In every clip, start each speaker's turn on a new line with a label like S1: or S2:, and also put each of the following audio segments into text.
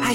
S1: Hai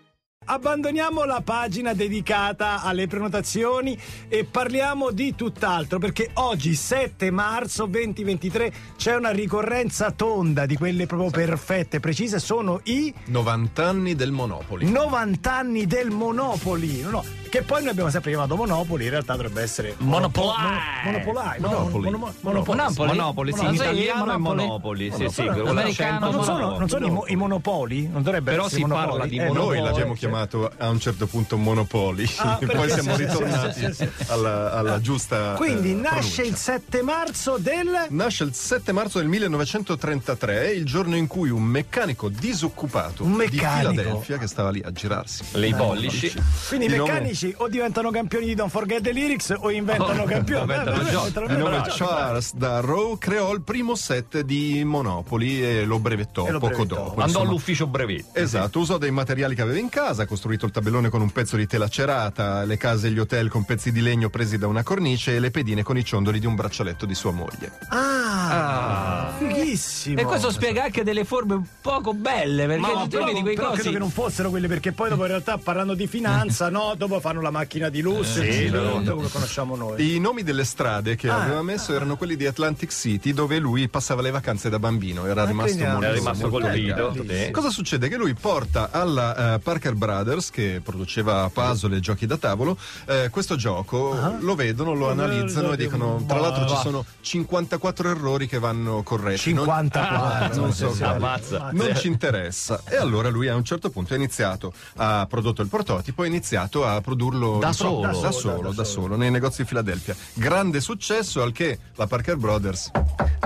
S2: Abbandoniamo la pagina dedicata alle prenotazioni e parliamo di tutt'altro perché oggi 7 marzo 2023 c'è una ricorrenza tonda di quelle proprio perfette, precise, sono i
S3: 90 anni del Monopoli.
S2: 90 anni del Monopoli. No, no, che poi noi abbiamo sempre chiamato Monopoli, in realtà dovrebbe essere Monopo- Mono- Monopolai.
S4: Monopolai.
S2: no,
S3: Monopoli.
S2: mono- mono- Monopoli.
S4: Monopoli?
S5: Monopoli, sì, in
S4: Monopoli.
S5: italiano è
S4: Monopoli.
S5: Monopoli, sì, sì,
S2: Però-
S5: con
S2: però-
S4: l'americano
S2: ma non sono,
S5: Monopoli.
S2: non sono i, mo- i monopoli? Non dovrebbe
S5: Però
S2: essere
S5: si
S2: i monopoli.
S5: parla di
S2: Eh,
S3: Noi
S5: Monopoli.
S3: l'abbiamo chiamato a un certo punto Monopoli,
S2: Ah,
S3: e
S2: perché-
S3: poi siamo
S2: sì, sì,
S3: ritornati
S2: sì, sì, sì. Ah.
S3: alla, alla giusta.
S2: Quindi
S3: eh,
S2: nasce
S3: pronuncia.
S2: il 7 marzo del...
S3: Nasce il 7 marzo del 1933, il giorno in cui un meccanico disoccupato
S2: Un
S3: di
S2: meccanico?
S3: Filadelfia che stava lì a girarsi.
S5: Le i pollici.
S2: Quindi i
S3: Di nome-
S2: meccanici o diventano campioni di Don't Forget the Lyrics o inventano campioni.
S5: inventano
S2: Eh,
S5: giochi.
S2: inventano
S3: Di nome
S2: giochi.
S3: Charles Darrow creò il primo set di Monopoli e lo brevettò
S2: E lo
S3: poco
S2: brevettò.
S3: dopo.
S5: Andò
S3: insomma.
S5: all'ufficio brevetti.
S3: Esatto, usò dei materiali che aveva in casa, ha costruito il tabellone con un pezzo di tela cerata, le case e gli hotel con pezzi di legno presi da una cornice e le pedine con i ciondoli di un braccialetto di sua moglie.
S2: Ah,
S4: Ah.
S2: fighissimo.
S4: E questo spiega anche delle forme poco belle, perché
S2: No,
S4: tu
S2: però,
S4: vedi quei
S2: però credo
S4: cosi.
S2: che non fossero quelle perché poi dopo in realtà parlando di finanza, no, dopo fanno la macchina di lusso,
S5: Eh,
S2: il
S5: sì,
S2: giro,
S5: no.
S2: tutto quello che conosciamo noi.
S3: I nomi delle strade che
S2: Ah.
S3: aveva messo erano quelli di Atlantic City, dove lui passava le vacanze da bambino, era
S2: Ah,
S3: rimasto
S2: quindi
S3: molto,
S5: Era rimasto
S3: molto
S5: colpito.
S3: legato.
S5: sì.
S3: Cosa succede? Che lui porta alla eh, Parker Brothers, che produceva puzzle e giochi da tavolo, eh, questo gioco, lo vedono, lo analizzano e dicono, tra l'altro ci sono 54 errori che vanno corretti. non-
S2: 54.
S3: non so quale.
S5: Ammazza.
S3: Ah, non ci interessa. E allora lui a un certo punto ha iniziato, ha prodotto il prototipo, ha iniziato a produrlo
S5: Da
S3: in-
S5: solo?
S3: da,
S5: Da
S3: solo, da solo, nei negozi di Filadelfia. Grande successo al che la Parker Brothers.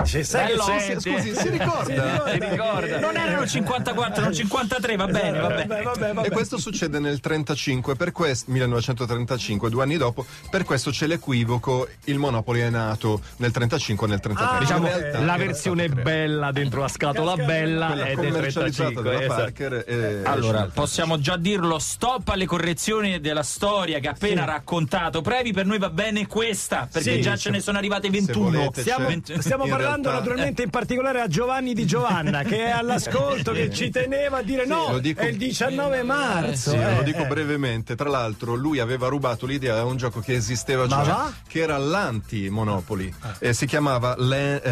S2: Cioè, sai che
S4: Bello,
S2: c'è-
S4: senti.
S3: Scusi, si ricorda?
S4: Eh, ricorda. Non erano 54, erano 53, va bene, va bene.
S2: Vabbè, vabbè,
S3: E
S2: vabbè.
S3: questo succede nel 35, per questo, 1935, due anni dopo, per questo c'è l'equivoco, il Monopoli è nato nel 35 nel 33.
S2: Ah,
S5: Diciamo
S3: In realtà
S5: la
S3: era
S5: versione
S3: stato creato.
S5: bella dentro la scatola
S2: Cascata,
S5: bella
S3: eh, Quella
S5: è del
S3: commercializzata
S5: 35.
S3: dalla
S5: esatto.
S3: Parker. eh, esce
S4: Allora,
S3: nel
S4: possiamo già dirlo, stop alle correzioni della storia che ha appena raccontato. Previ, per noi va bene questa, perché
S2: Sì,
S4: già
S2: se-
S4: ce ne sono arrivate
S3: se
S4: 21.
S3: volete,
S2: Stiamo,
S3: Cioè,
S2: stiamo
S3: in
S2: parlando
S3: realtà-
S2: naturalmente in particolare a Giovanni di Giovanna che è all'ascolto, che ci teneva a dire no,
S3: lo dico-
S2: è il 19 marzo.
S3: Sì,
S2: eh,
S3: lo dico
S2: eh.
S3: brevemente. Tra l'altro, lui aveva rubato l'idea a un gioco che esisteva
S2: Ma
S3: già,
S2: va? Ah.
S3: che era l'anti-Monopoli. Eh, si chiamava Le- eh,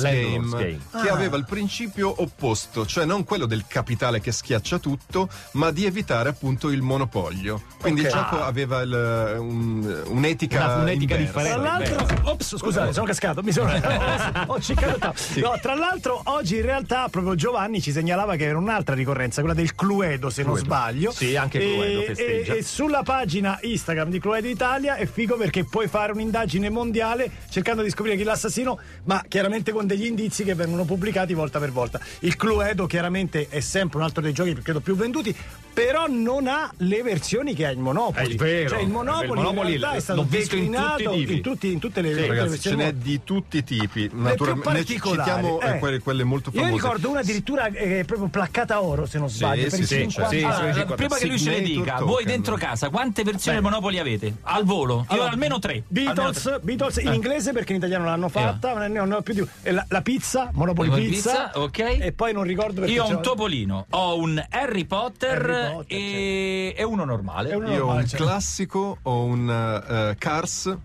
S5: Landlord's
S3: Game, che
S2: Ah.
S3: aveva il principio opposto, cioè non quello del capitale che schiaccia tutto, ma di evitare appunto il monopolio. Quindi il
S2: Ah.
S3: gioco aveva il- un- un'etica,
S5: Una- un'etica
S3: inversa.
S5: differente.
S2: Tra l'altro, ops, scusate, sono cascato, mi sono ho ciccato il tavolo. No, tra l'altro oggi in realtà proprio Giovanni ci segnalava che era un'altra ricorrenza, quella del Cluedo, se non sbaglio.
S5: Sì, anche
S2: E-
S5: Cluedo festeggia.
S2: E, e sulla pagina Instagram di Cluedo Italia è figo perché puoi fare un'indagine mondiale cercando di scoprire chi è l'assassino, ma chiaramente con degli indizi che vengono pubblicati volta per volta. Il Cluedo chiaramente è sempre un altro dei giochi credo più venduti, però non ha le versioni che ha il Monopoli.
S5: È vero.
S2: Cioè il Monopoli,
S5: Il Monopoli
S2: in realtà è
S5: l'ho
S2: stato
S5: visto in tutti i
S2: declinato
S5: tipi.
S2: in tutti- in tutte le
S3: Sì,
S2: tutte le
S3: Cioè, ragazzi, ce
S2: versioni
S3: n'è di tutti i tipi. Naturalmente,
S2: le
S3: ne
S2: più particolari,
S3: citiamo eh,
S2: eh.
S3: quelle, quelle molto famose.
S2: Io ricordo una addirittura eh, proprio placcata a oro, se non sbaglio. per
S3: sì,
S2: i
S3: sì,
S2: 50
S3: sì,
S2: anni.
S4: Ah, Allora, prima che lui ce le
S3: Signature
S4: dica,
S3: token.
S4: voi dentro casa quante versioni del Monopoli avete? Al volo? Io
S2: Allora,
S4: almeno tre. Almeno tre. Eh.
S2: Beatles, Beatles in inglese perché in italiano l'hanno fatta, ma ne ho- ne ho più di e la, la pizza, Monopoli
S4: Monopoli
S2: pizza,
S4: pizza, ok.
S2: E poi non ricordo perché
S4: Io ho un
S2: c'era-
S4: topolino, ho un Harry Potter,
S2: Harry Potter, certo.
S4: e... e uno normale.
S2: è uno
S3: Io ho un
S2: normale, cioè-
S3: classico, ho un eh, Cars.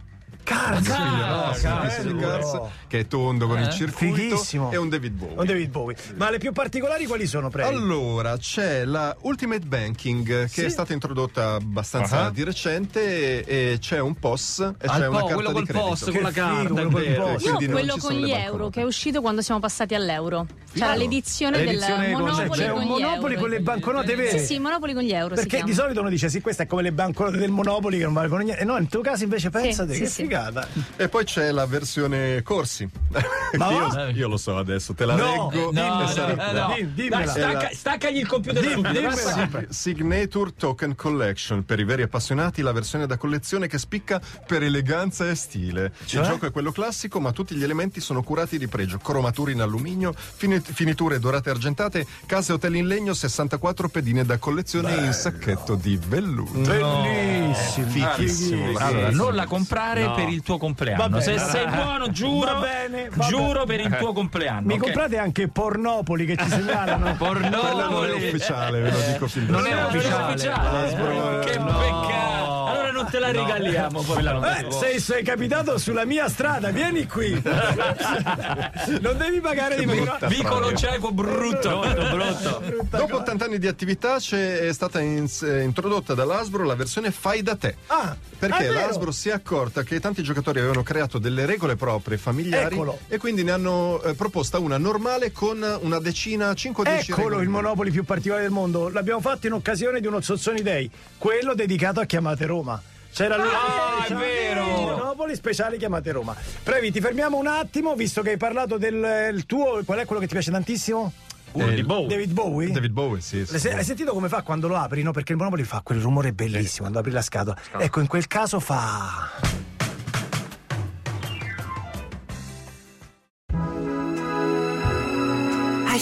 S2: Cars,
S3: Sì,
S4: Cars,
S2: Ah,
S3: no, sì,
S2: Cars,
S3: sì, sì,
S2: sicuro.
S3: Ah, Cars, che è tondo con il circuito
S2: Fighissimo.
S3: e un David Bowie.
S2: Un David Bowie. Ma le più particolari quali sono, prego?
S3: Allora, c'è la Ultimate Banking che è stata introdotta abbastanza di recente e, e c'è un POS e c'è
S5: Al
S3: una
S5: po',
S3: carta
S5: quello
S3: di
S5: col
S3: credito.
S5: post,
S2: Che
S5: con la
S2: figo,
S5: carta, è
S2: quello col
S5: vero.
S2: post.
S3: Quindi
S6: Io
S3: non
S6: quello
S3: ci
S6: con
S3: sono le
S6: gli
S3: banconote.
S6: euro che è uscito quando siamo passati all'euro.
S3: Figo.
S6: C'era l'edizione,
S5: L'edizione
S6: del
S5: con-
S6: Monopoli
S2: C'è
S6: con
S2: un
S6: gli
S2: Monopoli
S6: euro.
S2: con le banconote vere.
S6: Sì, sì, Monopoli con gli euro. si
S2: Perché
S6: chiama.
S2: di solito uno dice sì, questa è come le banconote del Monopoli che non valgono niente. E no, nel tuo caso invece pensate
S6: sì,
S2: che
S6: sì.
S2: figata. merda.
S3: E poi c'è la versione corsi.
S2: Ma
S3: io,
S2: va?
S3: io lo so adesso, te la
S2: No,
S3: leggo.
S4: No,
S3: e
S4: no,
S3: sarà-
S4: no,
S2: dimmela,
S4: no.
S2: dimmela.
S4: Dai, stacca- staccagli il computer
S2: Dim-
S4: subito,
S2: dimmela.
S4: basta.
S3: Sig- Signature Token Collection per i veri appassionati, la versione da collezione che spicca per eleganza e stile.
S4: Cioè?
S3: Il gioco è quello classico, ma tutti gli elementi sono curati di pregio: cromature in alluminio, fini- finiture dorate e argentate, case hotel in legno, 64 pedine da collezione in sacchetto di velluto.
S2: Bellissimo.
S3: Fichissimo.
S4: Allora, non la comprare per il tuo compleanno.
S2: Va bene,
S4: Se
S2: va
S4: sei
S2: bene.
S4: buono, giuro.
S2: Va bene, va
S4: giuro per il tuo compleanno.
S2: Mi
S4: ok?
S2: comprate anche Pornopoli che ci segnalano.
S3: Quella non è
S4: Pornopoli.
S3: ufficiale, ve lo dico fin da
S4: Non è
S3: subito.
S4: ufficiale. Eh,
S3: Ah, sbro-
S4: Che peccato. Allora non te la regaliamo. Quella non
S2: eh, Eh, sei, sei capitato sulla mia strada, vieni qui. non devi pagare di meno.
S3: brutta
S4: Vicolo
S3: frase.
S4: cieco brutto.
S3: Dopo 80 anni di attività c'è, è stata in- eh, introdotta dall'Asbro la versione fai da te.
S2: Ah, è
S3: Perché
S2: vero.
S3: l'Asbro si è accorta che tanti giocatori avevano creato delle regole proprie, familiari,
S2: Eccolo.
S3: e quindi ne hanno eh, proposta una normale con una decina, 5-10
S2: Eccolo
S3: regole.
S2: il Monopoli più particolare del mondo. L'abbiamo fatto in occasione di uno Zozzoni Day, quello dedicato a Chiamate Roma. C'era lui.
S4: Ah, è vero!
S2: Monopoli speciale Chiamate Roma. Previ, ti fermiamo un attimo, visto che hai parlato del eh, il tuo. Qual è quello che ti piace tantissimo?
S3: Eh,
S5: di Bow.
S2: David Bowie?
S3: David Bowie, sì.
S2: Le
S3: sì.
S2: se- hai sentito come fa quando lo apri? No, perché il Monopoli fa quel rumore bellissimo quando apri la scatola. Ecco, in quel caso fa.
S1: Hai